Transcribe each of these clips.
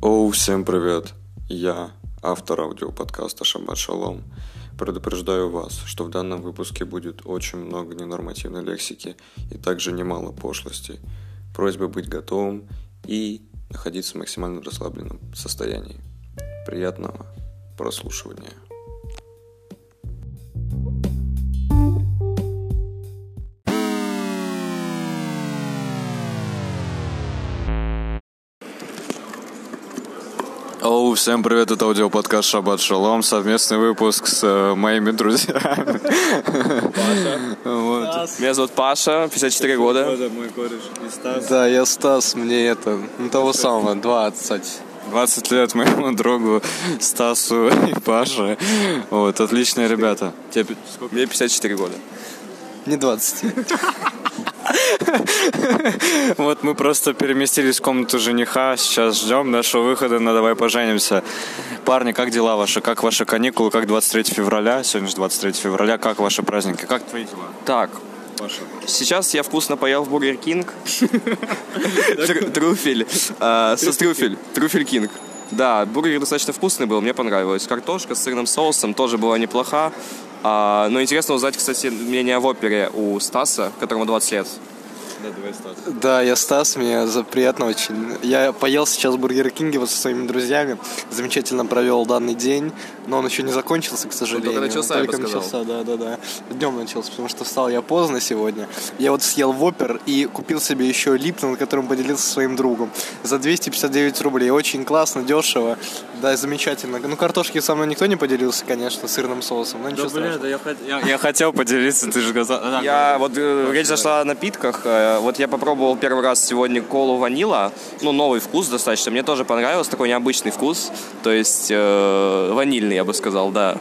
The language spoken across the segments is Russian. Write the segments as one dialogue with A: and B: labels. A: Оу, всем привет! Я, автор аудиоподкаста Шаббат Шалом, предупреждаю вас, что в данном выпуске будет очень много ненормативной лексики и также немало пошлостей. Просьба быть готовым и находиться в максимально расслабленном состоянии. Приятного прослушивания. Оу, всем привет, это аудиоподкаст Шаббат Шалом, совместный выпуск с э, моими друзьями. Вот.
B: Меня зовут Паша, 54 года.
C: мой кореш и Стас.
D: Да, я Стас, мне это, ну, того самого, 20.
A: 20 лет моему другу Стасу и Паше. Вот, отличные ребята. Тебе пи- сколько?
B: Мне 54 года.
D: Не 20.
A: Вот мы просто переместились в комнату жениха, сейчас ждем нашего выхода на «Давай поженимся». Парни, как дела ваши? Как ваши каникулы? Как 23 февраля? Сегодня же 23 февраля. Как ваши праздники? Как твои дела,
B: Так,
A: Паша?
B: сейчас я вкусно поел в Бургер Кинг. Тру- Трюфель.
A: э,
B: А, Со трюфель. Трюфель Кинг. Да, бургер достаточно вкусный был, мне понравилось. Картошка с сырным соусом тоже была неплоха. А, Но интересно узнать, кстати, мнение в опере у Стаса, которому 20 лет.
D: Да, я Стас, мне за приятно очень. Я поел сейчас в Бургер Кинге вот со своими друзьями, замечательно провел данный день, но он еще не закончился, к сожалению.
B: начался, я бы
D: Только
B: сказал.
D: начался, да, да, да. Днем начался, потому что встал я поздно сегодня. Я вот съел вопер и купил себе еще Липтон, которым поделился со своим другом. За 259 рублей. Очень классно, дешево. Да, замечательно. Ну, картошки со мной никто не поделился, конечно, сырным соусом, но ничего
C: Да, бля,
D: страшного.
C: да я хотел... Я...
A: Я хотел поделиться, ты же сказал. Да,
B: Я вот э, речь зашла о напитках. Э, Вот я попробовал первый раз сегодня колу ванила. Ну, новый вкус достаточно. Мне тоже понравился, такой необычный вкус. То есть э, ванильный, я бы сказал, да.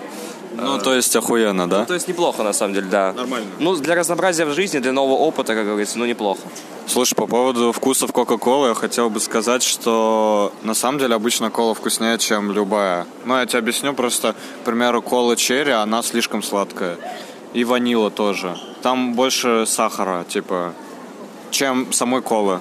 A: Ну, то есть охуенно, да?
B: То есть неплохо, на самом деле, да.
C: Нормально.
B: Ну, для разнообразия в жизни, для нового опыта, как говорится, ну, неплохо.
A: Слушай, по поводу вкусов Кока-Колы, я хотел бы сказать, что на самом деле обычно кола вкуснее, чем любая. Ну, я тебе объясню, просто, к примеру, кола черри, она слишком сладкая. И ванила тоже. Там больше сахара, типа, чем самой колы.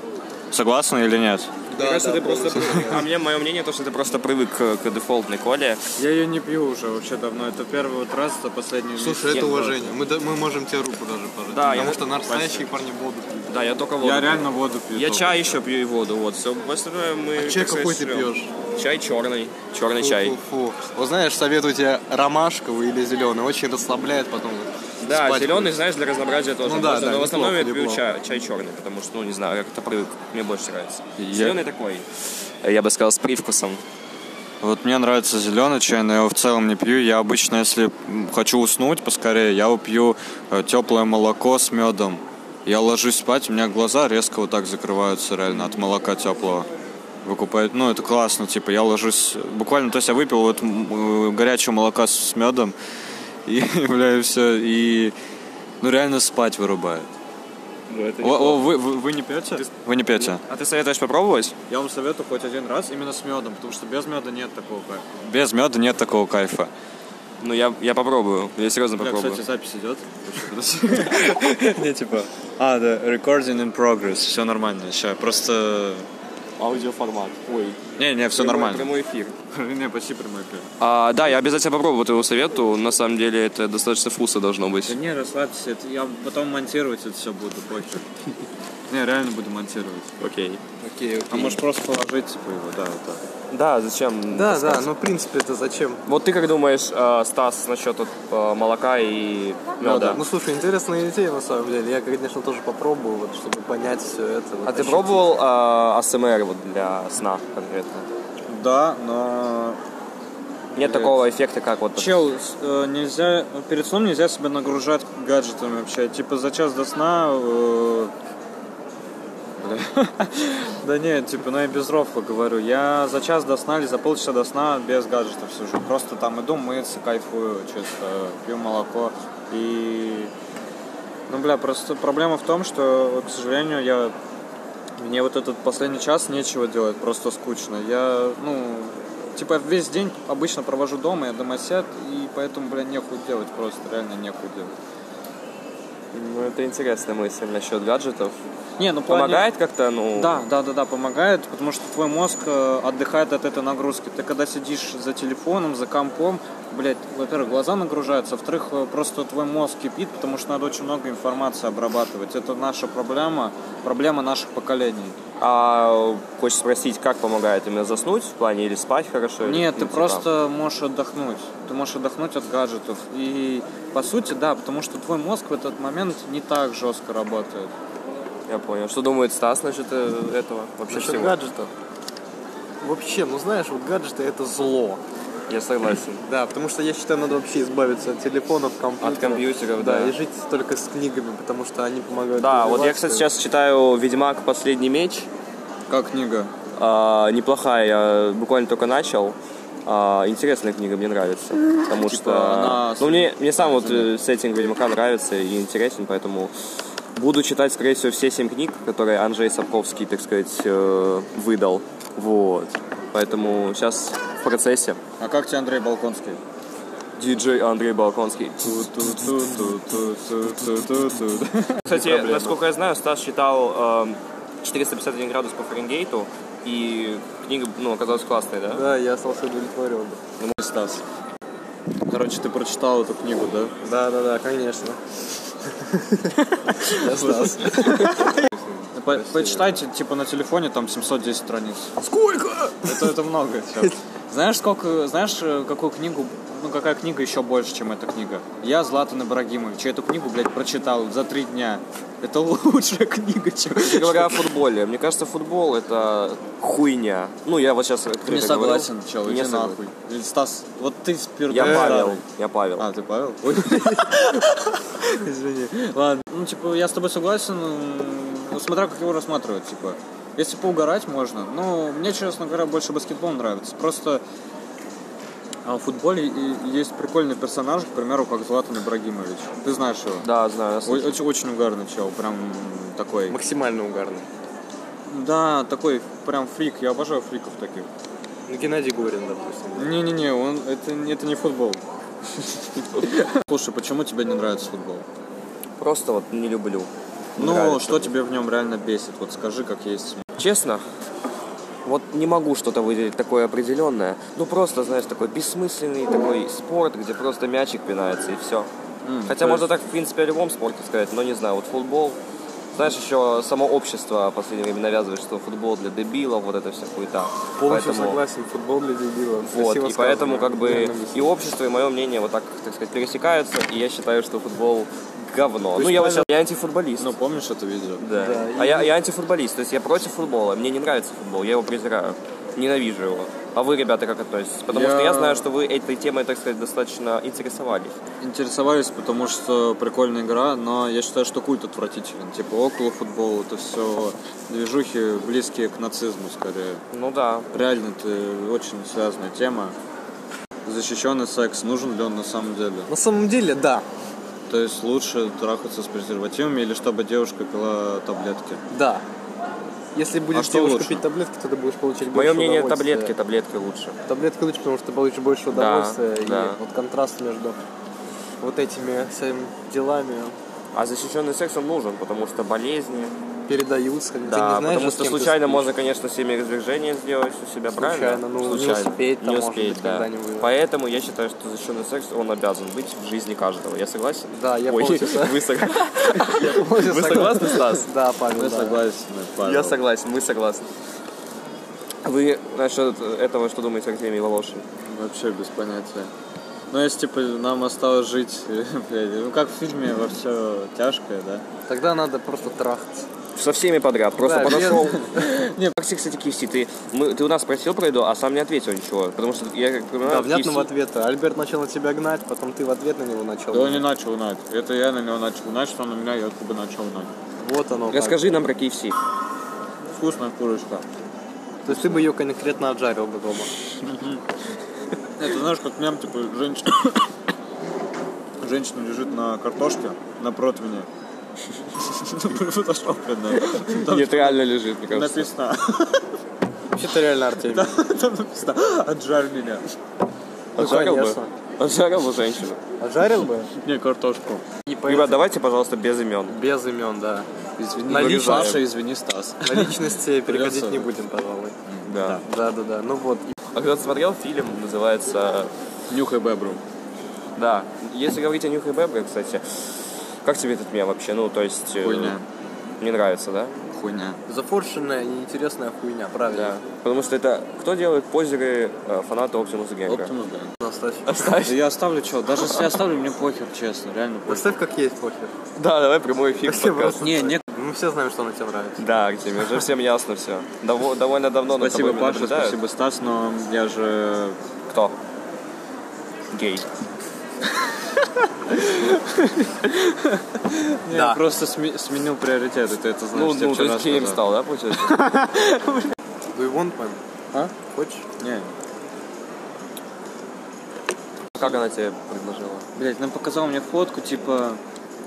A: Согласны или нет?
B: Мне кажется, ты просто... А мне, мое мнение, то, что ты просто привык к, к дефолтной коле.
C: Я ее не пью уже вообще давно. Это первый вот раз за последний
D: Слушай, это уважение. Мы, да- мы можем тебе руку даже пожать.
B: ну, Да,
D: потому
B: я-
D: что настоящие парни будут.
B: Да, я только воду.
C: Я
B: пью.
C: реально воду пью.
B: Я
C: только.
B: чай еще пью и воду, вот. Все, остальное мы... как
D: чай
B: сказать,
D: какой ты
B: жрём.
D: пьешь?
B: Чай черный. Черный
D: Фу,
B: чай.
D: Фу, фу. Вот знаешь, советую тебе ромашковый или зеленый. Очень расслабляет потом.
B: Да,
D: Спать
B: зеленый, знаешь, для разнообразия тоже
D: Ну да,
B: можно,
D: да,
B: но в основном я
D: неплохо,
B: пью
D: неплохо.
B: чай, чай черный, потому что, ну, не знаю, я как-то привык, мне больше нравится.
A: Я-
B: Зеленый такой, я бы сказал, с привкусом.
A: Вот мне нравится зеленый чай, но я его в целом не пью. Я обычно, если м, хочу уснуть поскорее, я его пью теплое молоко с медом. Я ложусь спать, у меня глаза резко вот так закрываются реально от молока теплого. Выкупает, ну это классно, типа я ложусь буквально, то есть я выпил вот м, э, горячего молока с, медом и, бля, и все, и ну реально спать вырубает.
C: Ну, это
A: О,
C: не-
A: о, вы, вы, вы не пьете? Вы не пьете?
B: А ты советуешь попробовать?
C: Я вам советую хоть один раз именно с медом, потому что без меда нет такого кайфа.
A: Без меда нет такого кайфа.
B: Ну, я, я попробую, я серьезно
C: Бля,
B: попробую.
C: кстати, запись идет.
A: Не, типа, а, да, recording in progress, все нормально, сейчас просто...
B: Аудиоформат. Ой.
A: Не, не, все нормально.
B: Прямой эфир.
C: Не, почти прямой эфир.
B: А, да, я обязательно попробую по твоему совету, на самом деле это достаточно вкусно должно
C: Да
B: быть.
C: не, расслабься, это я потом монтировать это все буду позже. Не, реально буду монтировать.
B: Окей.
D: Окей,
C: А может просто положить, типа, его, да, вот так.
B: Да, зачем?
D: Да, да,
B: таскать?
D: ну в принципе это зачем?
B: Вот ты как думаешь, э, Стас, насчет вот, э, молока и меда?
D: Ну слушай, интересная идея на самом деле. Я, конечно, тоже попробую, вот, чтобы понять все это. вот,
B: А ты
D: ощутить.
B: пробовал э, АСМР вот для сна конкретно?
C: Да, но
B: Нет такого эффекта, как вот...
C: Чел, с- э, нельзя перед сном нельзя себя нагружать гаджетами вообще. Типа за час до сна. э, бля. Да нет, типа, ну я без рофла говорю. Я за час до сна или за полчаса до сна без гаджетов сижу. Просто там иду мыться, кайфую, чисто пью молоко. И... Ну, бля, просто проблема в том, что, к сожалению, я... Мне вот этот последний час нечего делать, просто скучно. Я, ну, Типа весь день обычно провожу дома, я домосед, и поэтому, бля, нехуй делать, просто реально нехуй делать.
B: Ну, это интересная мысль насчет гаджетов.
C: Не, ну в плане-
B: Помогает как-то, ну...
C: Да, да, да, да, помогает, потому что твой мозг э, отдыхает от этой нагрузки. Ты когда сидишь за телефоном, за компом, блядь, во-первых, глаза нагружаются, во-вторых, э, просто твой мозг кипит, потому что надо очень много информации обрабатывать. Это наша проблема, проблема наших поколений.
B: А хочешь спросить, как помогает именно заснуть в плане или спать хорошо? или,
C: Нет,
B: ну,
C: ты
B: типа,
C: просто можешь отдохнуть. Ты можешь отдохнуть от гаджетов. И по сути, да, потому что твой мозг в этот момент не так жестко работает.
B: Я понял. Что думает Стас насчет э, этого вообще
D: Насчет
B: всего?
D: гаджетов. Вообще, ну знаешь, вот гаджеты это зло.
B: Я согласен.
D: Да, потому что я считаю, надо вообще избавиться от телефонов, компьютеров.
B: От компьютеров, да.
D: и жить только с книгами, потому что они помогают.
B: Да, вот я,
D: развиваться.
B: кстати, сейчас читаю «Ведьмак. Последний меч».
A: Как книга?
B: А, неплохая, я буквально только начал. А, интересная книга, мне нравится. Потому что...
C: она
B: Ну, мне, мне сам вот э, сеттинг Ведьмака нравится и интересен, поэтому... Буду читать, скорее всего, все семь книг, которые Анжей Сапковский, так сказать, э, выдал. Вот. Поэтому сейчас в процессе.
C: А как тебе Андрей Балконский?
B: Диджей Андрей Балконский. Кстати, насколько я знаю, Стас читал эм, 451 градус по Фаренгейту, и книга ну, оказалась классной, да?
D: Да, я остался удовлетворен.
C: Стас. Короче, ты прочитал эту книгу, да?
D: Да, да, да, конечно. Я Стас.
C: По- Почитайте, типа, на телефоне там 710 страниц. Сколько? Это, это много. всё. Знаешь, сколько, знаешь, э, какую книгу, ну, какая книга еще больше, чем эта книга? Я Златан Ибрагимович, я эту книгу, блядь, прочитал за три дня. Это лучшая книга, чем...
B: Кстати говоря о футболе, мне кажется, футбол это хуйня. Ну, я вот сейчас
C: Не согласен, чел,
B: Не
C: иди
B: согласен.
C: нахуй. Или, Стас, вот ты сперва...
B: Я Павел, я Павел.
C: А, ты Павел? Ой. Извини. Ладно. Ну, типа, я с тобой согласен, м, ну, смотря как его рассматривать, типа. Если поугарать, можно. Но мне, честно говоря, больше баскетбол нравится. Просто а, в футболе и- есть прикольный персонаж, к примеру, как Златан Ибрагимович. Ты знаешь его?
B: Да, знаю. я
C: О-
B: слышал.
C: Очень, очень угарный чел, прям м, такой.
D: Максимально угарный.
C: Да, такой прям фрик. Я обожаю фриков таких.
D: Ну, Геннадий Горин, допустим.
C: Не-не-не, он это, не- это не футбол. Слушай, почему тебе не нравится футбол?
B: Просто вот не люблю. Не
C: Ну,
B: нравится.
C: что тебе в нем реально бесит? Вот скажи, как есть.
B: Честно, вот не могу что-то выделить такое определенное. Ну просто, знаешь, такой бессмысленный такой спорт, где просто мячик пинается и все. Хотя можно так, в принципе, о любом спорте сказать, но не знаю, вот футбол. Знаешь, еще само общество в последнее время навязывает, что футбол для дебилов, вот это вся хуета.
D: Полностью
B: Поэтому-
D: согласен, футбол для дебилов.
B: Вот,
D: Красиво
B: и поэтому
D: сказано.
B: как бы
D: Наверное, мысль.
B: и общество, и мое мнение вот так, так сказать, пересекаются, и я считаю, что футбол говно.
D: есть
B: ну, я, вот
D: правильно-
B: щас- я антифутболист.
C: Ну, помнишь это видео?
B: Да.
D: Да,
B: А
D: и-
B: я, я антифутболист, то есть я против футбола, мне не нравится футбол, я его презираю, ненавижу его. А вы, ребята, как относитесь? Потому что я
C: Я-
B: знаю, что вы этой темой, так сказать, достаточно интересовались.
C: Интересовались, потому что прикольная игра, но я считаю, что культ отвратителен. Типа около футбола, это все движухи, близкие к нацизму скорее.
B: Ну да.
C: Реально, это очень связанная тема. Защищенный секс, нужен ли он на самом деле?
D: На самом деле, да.
C: То есть лучше трахаться с презервативами или чтобы девушка пила таблетки?
D: Да. Если
B: А
D: будешь
C: что
D: девушка
C: лучше?
D: пить таблетки, то ты будешь получить больше
B: Мое мнение,
D: удовольствия.
B: таблетки, таблетки лучше.
D: Таблетки лучше, потому что ты получишь больше
B: Да,
D: удовольствия. и
B: да.
D: вот контраст между вот этими своими делами
B: А защищенный секс он нужен, потому что болезни.
D: передаются. когда ты
B: да,
D: не знаешь,
B: потому
D: с
B: что
D: кем ты
B: случайно
D: спишь.
B: можно, конечно, семяизвержение сделать у себя, правильно?
D: Случайно, ну, не успеть, там,
B: не
D: может
B: успеть,
D: быть,
B: да.
D: когда-нибудь.
B: Поэтому я считаю, что защищенный секс, он обязан быть в жизни каждого. Я согласен?
D: Да, я
B: Ой,
D: полностью со-
B: вы сог-
D: Полностью
B: Вы согласны, Стас?
D: Да, Павел,
C: Я
D: да.
C: согласен, Павел.
B: Я согласен, мы согласны. Вы насчет этого что думаете, Артемий Волошин?
C: Вообще без понятия. Ну, если, типа, нам осталось жить, блядь, ну, как в фильме «Во все тяжкое», да?
D: Тогда надо просто трахаться.
B: Со всеми подряд, просто
D: Да,
B: подошел.
C: Не.
B: Такси, кстати, KFC, ты, мы- ты у нас спросил про еду, а сам не ответил ничего, потому что я как понимаю,
D: Да,
B: KFC
D: внятного ответа. Альберт начал на тебя гнать, потом ты в ответ на него начал.
C: Да он не начал гнать. Это я на него начал гнать, что он на меня якобы начал гнать.
D: Вот оно. как.
B: Расскажи нам про KFC.
C: Вкусная курочка.
D: То есть ты бы ее конкретно отжарил бы дома.
C: Это, знаешь, как мем, типа, женщина... Женщина лежит на картошке, на противне. Ну, Фотошоп, блин, да. Там
B: Нет, реально лежит, мне кажется.
C: написано,
D: Вообще-то реально Артемий.
C: там написано, отжарь меня.
D: Ну,
B: Отжарил бы?
D: конечно.
B: Отжарил бы женщину.
D: Отжарил бы?
C: Не, картошку.
D: Не
B: Ребят, давайте, пожалуйста, без имен.
D: Без имен, да.
C: Извини,
D: Наличие.
C: Саша, извини, Стас.
D: На личности переходить
C: Придётся.
D: не будем, пожалуй.
B: Да.
D: Да, да, да. Ну вот.
B: А когда ты смотрел фильм, называется...
C: Нюхай бебру.
B: Да. Если говорить о Нюхе Бебре, кстати, как тебе этот мем вообще? Ну, то есть... э,
A: Хуйня.
B: Не нравится, да?
A: Хуйня.
D: Зафоршенная неинтересная хуйня,
B: Да.
D: правильно.
B: Потому что это... Кто делает позеры э, фанаты Оптимуса Генга?
C: Оптимус, да.
D: Оставь.
C: Да Я оставлю что? Даже если оставлю, мне похер, честно, реально похер.
D: Оставь как есть, похер.
B: Да, давай прямой эфир.
D: Вообще
B: подкаст.
D: просто-
C: Не, не,
D: Мы все знаем, что она тебе нравится.
B: Да, Артемий, уже всем ясно все. довольно давно над
C: спасибо,
B: тобой
C: Паша,
B: наблюдают.
C: спасибо, Стас, но я же...
B: Кто? Гей.
C: Я просто сме- сменил приоритеты, ты это
B: Ну,
C: знаешь. тебе
B: ну, то
C: вчера
B: есть геем стал,
C: сказал.
B: да, получается?
D: Do you want one?
C: А?
D: Хочешь?
C: Не,
B: Как она тебе предложила?
C: Блять, она показала мне фотку, типа,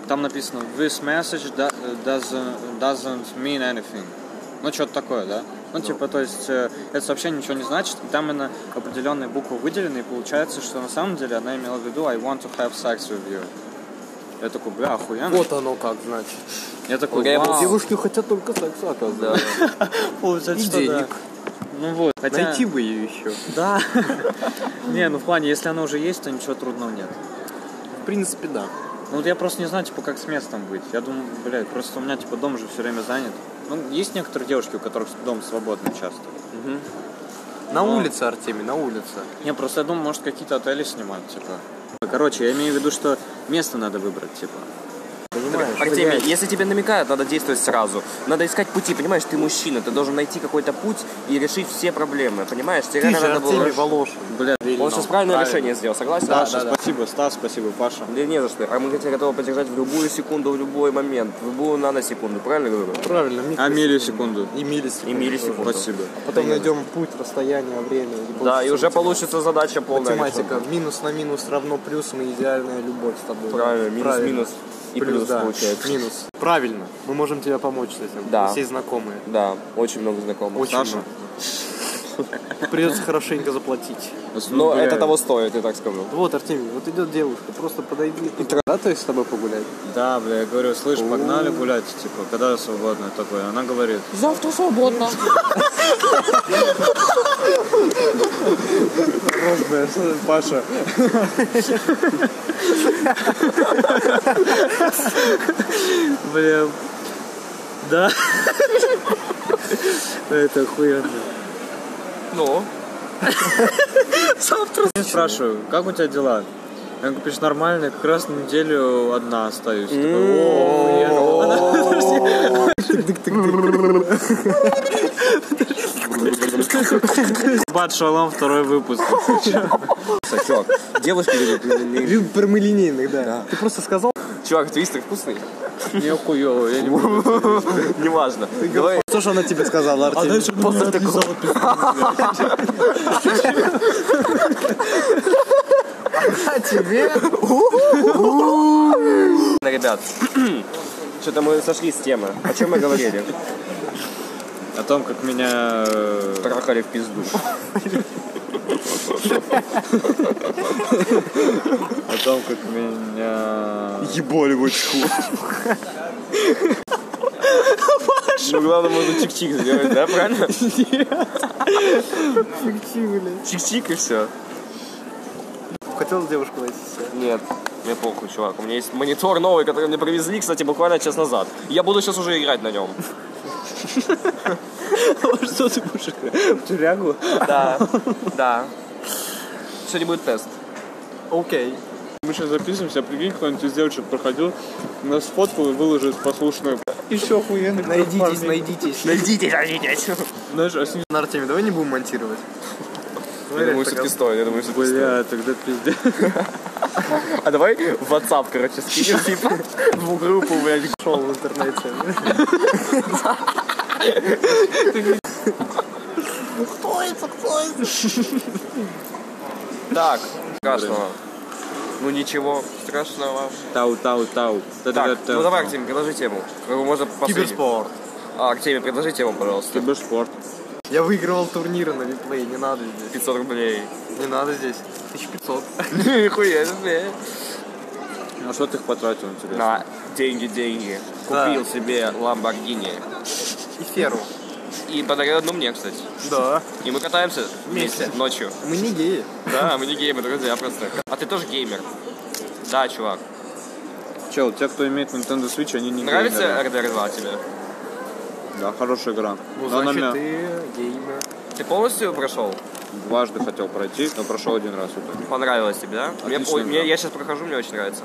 C: там написано This message do- doesn't, doesn't mean anything. Ну, что-то такое, да? Ну, типа, то есть, э, это сообщение ничего не значит, и там именно определенные буквы выделены, и получается, что на самом деле она имела в виду I want to have sex with you. Я такой, бля, охуенно.
D: Вот оно как, значит.
C: Ну, Я такой,
B: Я был
C: вау.
D: Девушки хотят только секса, оказывается. И
C: Получается, что да.
D: денег.
C: Ну вот, хотя...
D: Найти бы ее еще.
C: Да. Не, ну в плане, если она уже есть, то ничего трудного нет.
D: В принципе, да.
C: Ну вот я просто не знаю, типа, как с местом быть. Я думаю, блядь, просто у меня, типа, дом же все время занят. Ну, есть некоторые девушки, у которых дом свободный часто.
D: На
C: Ну.
D: улице, Артемий, на улице.
C: Не, просто я думаю, может, какие-то отели снимают, типа. Короче, я имею в виду, что место надо выбрать, типа.
D: Понимаешь?
B: Артемий, если тебе намекают, надо действовать сразу. Надо искать пути, понимаешь, ты мужчина, ты должен найти какой-то путь и решить все проблемы, понимаешь? Тебе
D: Ты
B: реально
D: же
B: надо было...
D: Артемий Волошин.
C: Бля,
B: Он сейчас правильное
D: Правильно.
B: решение сделал, согласен?
D: Да,
B: Саша?
C: спасибо, Стас, спасибо, Паша.
B: Да не за что. А мы тебя готовы поддержать в любую секунду, в любой момент, в любую наносекунду, правильно говорю?
D: Правильно,
C: А миллисекунду?
D: И
B: И
D: миллисекунду.
B: миллисекунду.
C: Спасибо.
D: Потом найдем путь, расстояние, время.
B: Да, и
D: получится
B: уже получится задача полная.
D: Математика. Минус на минус равно плюсом и идеальная любовь с тобой.
B: Правильно, минус, минус и плюс,
D: да.
B: получается.
D: Минус. Правильно. Мы можем тебе помочь с этим.
B: Да.
D: Мы все знакомые.
B: Да, очень много знакомых.
D: Очень
C: Саша.
D: много. Придется хорошенько заплатить.
B: Но
D: Ну,
B: это того стоит, я так скажу.
D: Вот, Артемий, вот идет девушка, просто подойди. Да, то есть с тобой погулять?
C: Да, бля, я говорю, слышь, погнали гулять, типа, когда свободно такое. Она говорит,
E: Завтра свободно.
C: Паша. Бля. Да. Это охуенно.
B: Ну,
C: Я спрашиваю, как у тебя дела? Она говорит, пишет, нормально, как раз на неделю одна остаюсь. Такой, «О, охуенно». Бат шалом, второй выпуск.
B: чувак, девушки любят линейные.
D: Прямолинейных, да. Ты просто сказал,
B: Чувак, твистер вкусный?
C: Мне хуёво, я не могу.
B: Неважно. Давай,
D: что же она тебе сказала, Артемий?
C: После такого.
D: А тебе?
B: ребят. Что-то мы сошли с темы. О чем мы говорили?
C: О том, как меня... э,
B: Трахали в пизду.
C: О том, как меня...
B: Ебали в очку. Ну, главное, можно чик-чик сделать, да, правильно? Чик-чик и все.
D: Хотел девушку найти себе.
B: Нет, мне похуй, чувак. У меня есть монитор новый, который мне привезли, кстати, буквально час назад. Я буду сейчас уже играть на нем.
C: Что ты будешь В тюрягу?
B: Да, да. Сегодня будет тест.
D: Окей.
C: Мы сейчас записываемся, а прикинь, кто-нибудь из девочек проходил, нас фоткал и выложит послушную. И все охуенно.
D: Найдитесь, найдитесь.
B: Найдите, найдите.
C: Знаешь, а с ним...
D: На Артемий, давай не будем монтировать.
B: Я думаю, все-таки стоит, я думаю, все-таки стоит.
C: Бля, тогда пиздец.
B: А давай в WhatsApp, короче, скинем, типа, в группу, блядь.
D: Шел в интернете.
B: Так, страшного. Ну ничего страшного.
C: Тау, тау, тау.
B: Так, ну давай, Артемий, предложи тему. Какую Можно последнюю.
D: Киберспорт.
B: А, Артемий, предложи тему, пожалуйста.
C: Киберспорт.
D: Я выигрывал турниры на реплей, не надо здесь.
B: 500 рублей.
D: Не надо здесь. 1500.
B: Нихуя себе.
C: А что ты их потратил на тебя?
B: На деньги, деньги.
F: Да.
B: Купил себе Ламборгини.
F: И феру.
B: И подарил одну мне, кстати.
F: Да.
B: И мы катаемся вместе ночью.
F: Мы не геи.
B: Да, мы не геймеры, друзья, просто. А ты тоже геймер? Да, чувак.
C: Чел, те, кто имеет Nintendo Switch, они не
B: Нравится
C: геймеры.
B: RDR 2 тебе?
C: Да, хорошая игра.
F: Ну,
C: Но она
F: значит,
C: меня
F: ты геймер.
B: Ты полностью прошел?
C: дважды хотел пройти, но прошел один раз в итоге.
B: Понравилось тебе, да? Мне-
C: Отличная
B: ой, мне-
C: игра.
B: я сейчас прохожу, мне очень нравится.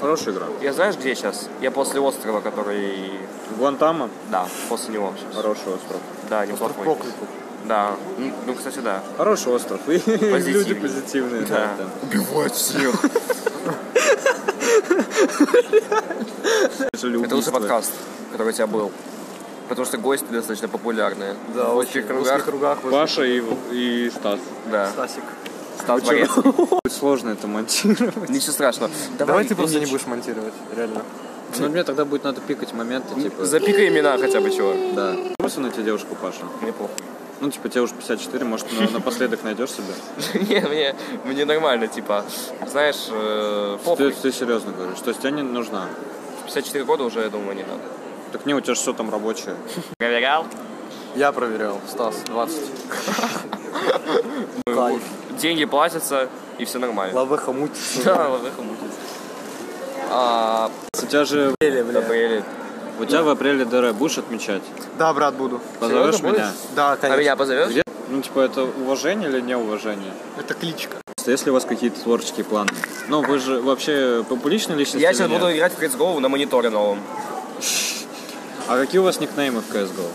C: Хорошая игра.
B: Я знаешь, где сейчас? Я после острова, который...
C: Гуантамо,
B: Да, после него сейчас.
C: хороший остров.
B: Да, неплохой.
F: Проклятый.
B: Да. Ну, ну, кстати, да.
C: Хороший остров. И люди позитивные.
B: Да.
C: да, там.
G: Убивать всех.
C: Это же
B: Это лучший
C: убийство.
B: подкаст, который у тебя был. Потому что гости достаточно популярные.
F: Да,
B: В
F: очень.
B: узких
F: В
B: кругах.
F: узких кругах. вот
C: Паша и, и Стас.
B: Да.
F: Стасик.
B: Стас Борецкий.
C: Сложно это монтировать.
B: Ничего страшного.
F: Давай ты просто не будешь монтировать, реально.
C: Ну, мне тогда будет надо пикать моменты, типа,
B: Запикай имена хотя бы, чувак.
C: да. Брось на тебя девушку, Паша.
B: Мне плохо.
C: Ну, типа, тебе уже 54, может, на- напоследок найдешь себе?
B: Не, мне, мне нормально, типа, знаешь, э,
C: Ты,
B: похуй.
C: ты серьезно говоришь, то есть тебе не нужна.
B: 54 года уже, я думаю, не надо.
C: Так не, у тебя же все там рабочее.
B: Проверял?
F: Я проверял. Стас, 20. Кайф.
B: Деньги платятся, и все нормально.
F: Лавеха мутится.
B: Да, лавеха мутится. А,
C: У тебя же,
F: Бля,
B: в
F: бля.
B: апреле.
C: у тебя в апреле ДР будешь отмечать?
F: Да, брат, буду.
C: Позовешь
B: Серьезно,
C: меня?
F: Да,
B: А
F: конечно.
B: меня позовешь?
C: Где? Ну, типа, это уважение или неуважение?
F: Это кличка.
C: Если у вас какие-то творческие планы? Ну, вы же вообще публичная личность
B: Я
C: или
B: сейчас
C: нет?
B: буду играть в CSGO на мониторе новом.
C: А какие у вас никнеймы в CSGO?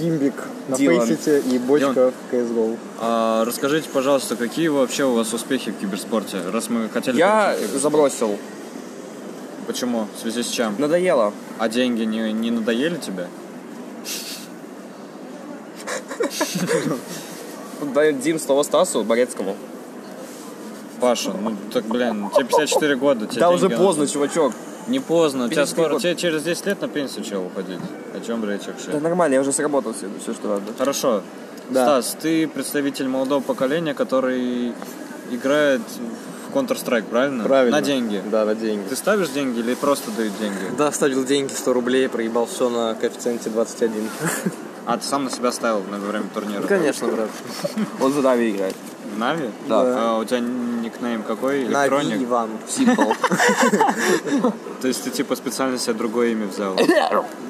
D: Гимбик на
C: Дилан.
D: фейсите и бочка
C: Дилан.
D: в CSGO.
C: А, расскажите, пожалуйста, какие вообще у вас успехи в киберспорте? Раз мы хотели...
B: Я
C: пройти киберспорт.
B: забросил.
C: Почему? В связи с чем?
B: Надоело.
C: А деньги не, не надоели тебе?
B: Дадим слово Стасу Борецкому.
C: Паша, ну так, блин, тебе 54 года. тебе
B: Да уже
C: деньги
B: поздно,
C: надо.
B: чувачок.
C: Не поздно, у тебя
B: 54
C: скоро,
B: год.
C: тебе через 10 лет на пенсию чего уходить. О чем речь
B: Да
C: вообще?
B: нормально, я уже сработал все, все что надо.
C: Хорошо.
B: Да.
C: Стас, ты представитель молодого поколения, который играет в Counter-Strike, правильно?
D: Правильно.
C: На деньги.
D: Да, на деньги.
C: Ты ставишь деньги или просто дают деньги?
D: Да, ставил деньги 100 рублей, проебал все на коэффициенте 21.
C: А ты сам на себя ставил на время турнира?
D: Конечно, брат.
B: Он за нами играет.
C: Нави?
D: Да.
C: А у тебя никнейм какой?
D: Нави
C: Электроник?
D: Иван.
C: То есть ты типа специально себе другое имя взял?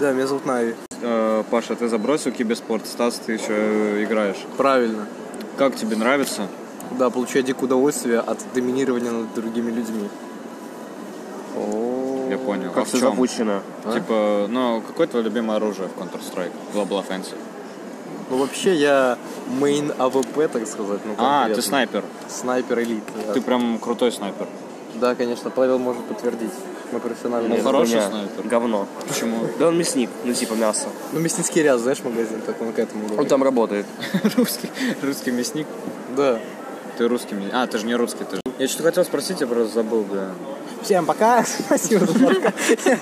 D: Да, меня зовут Нави.
C: Э, Паша, ты забросил киберспорт, Стас, ты еще играешь.
D: Правильно.
C: Как тебе нравится?
D: Да, получаю дикое удовольствие от доминирования над другими людьми.
C: Я понял. а
B: Как
C: в
B: все
C: чем?
B: запущено. а?
C: Типа, ну, какое твое любимое оружие в Counter-Strike? Global Offensive.
D: Ну, вообще, я мейн АВП, так сказать. Ну,
C: А,
D: конкретно.
C: ты снайпер.
D: Снайпер элит. да.
C: Ты прям крутой снайпер.
D: Да, конечно, Павел может подтвердить. Мы профессиональные.
C: Ну,
B: Нет,
C: хороший
B: у меня
C: снайпер.
B: Говно.
C: Почему?
B: Да он мясник, ну типа мясо.
D: Ну, мясницкий ряд, знаешь, магазин, так он к этому
B: Он
D: говорит.
B: там работает.
C: Русский, русский мясник.
D: Да.
C: Ты русский мясник. А, ты же не русский, ты же. Я что-то хотел спросить, я просто забыл, бля.
D: Всем пока. Спасибо за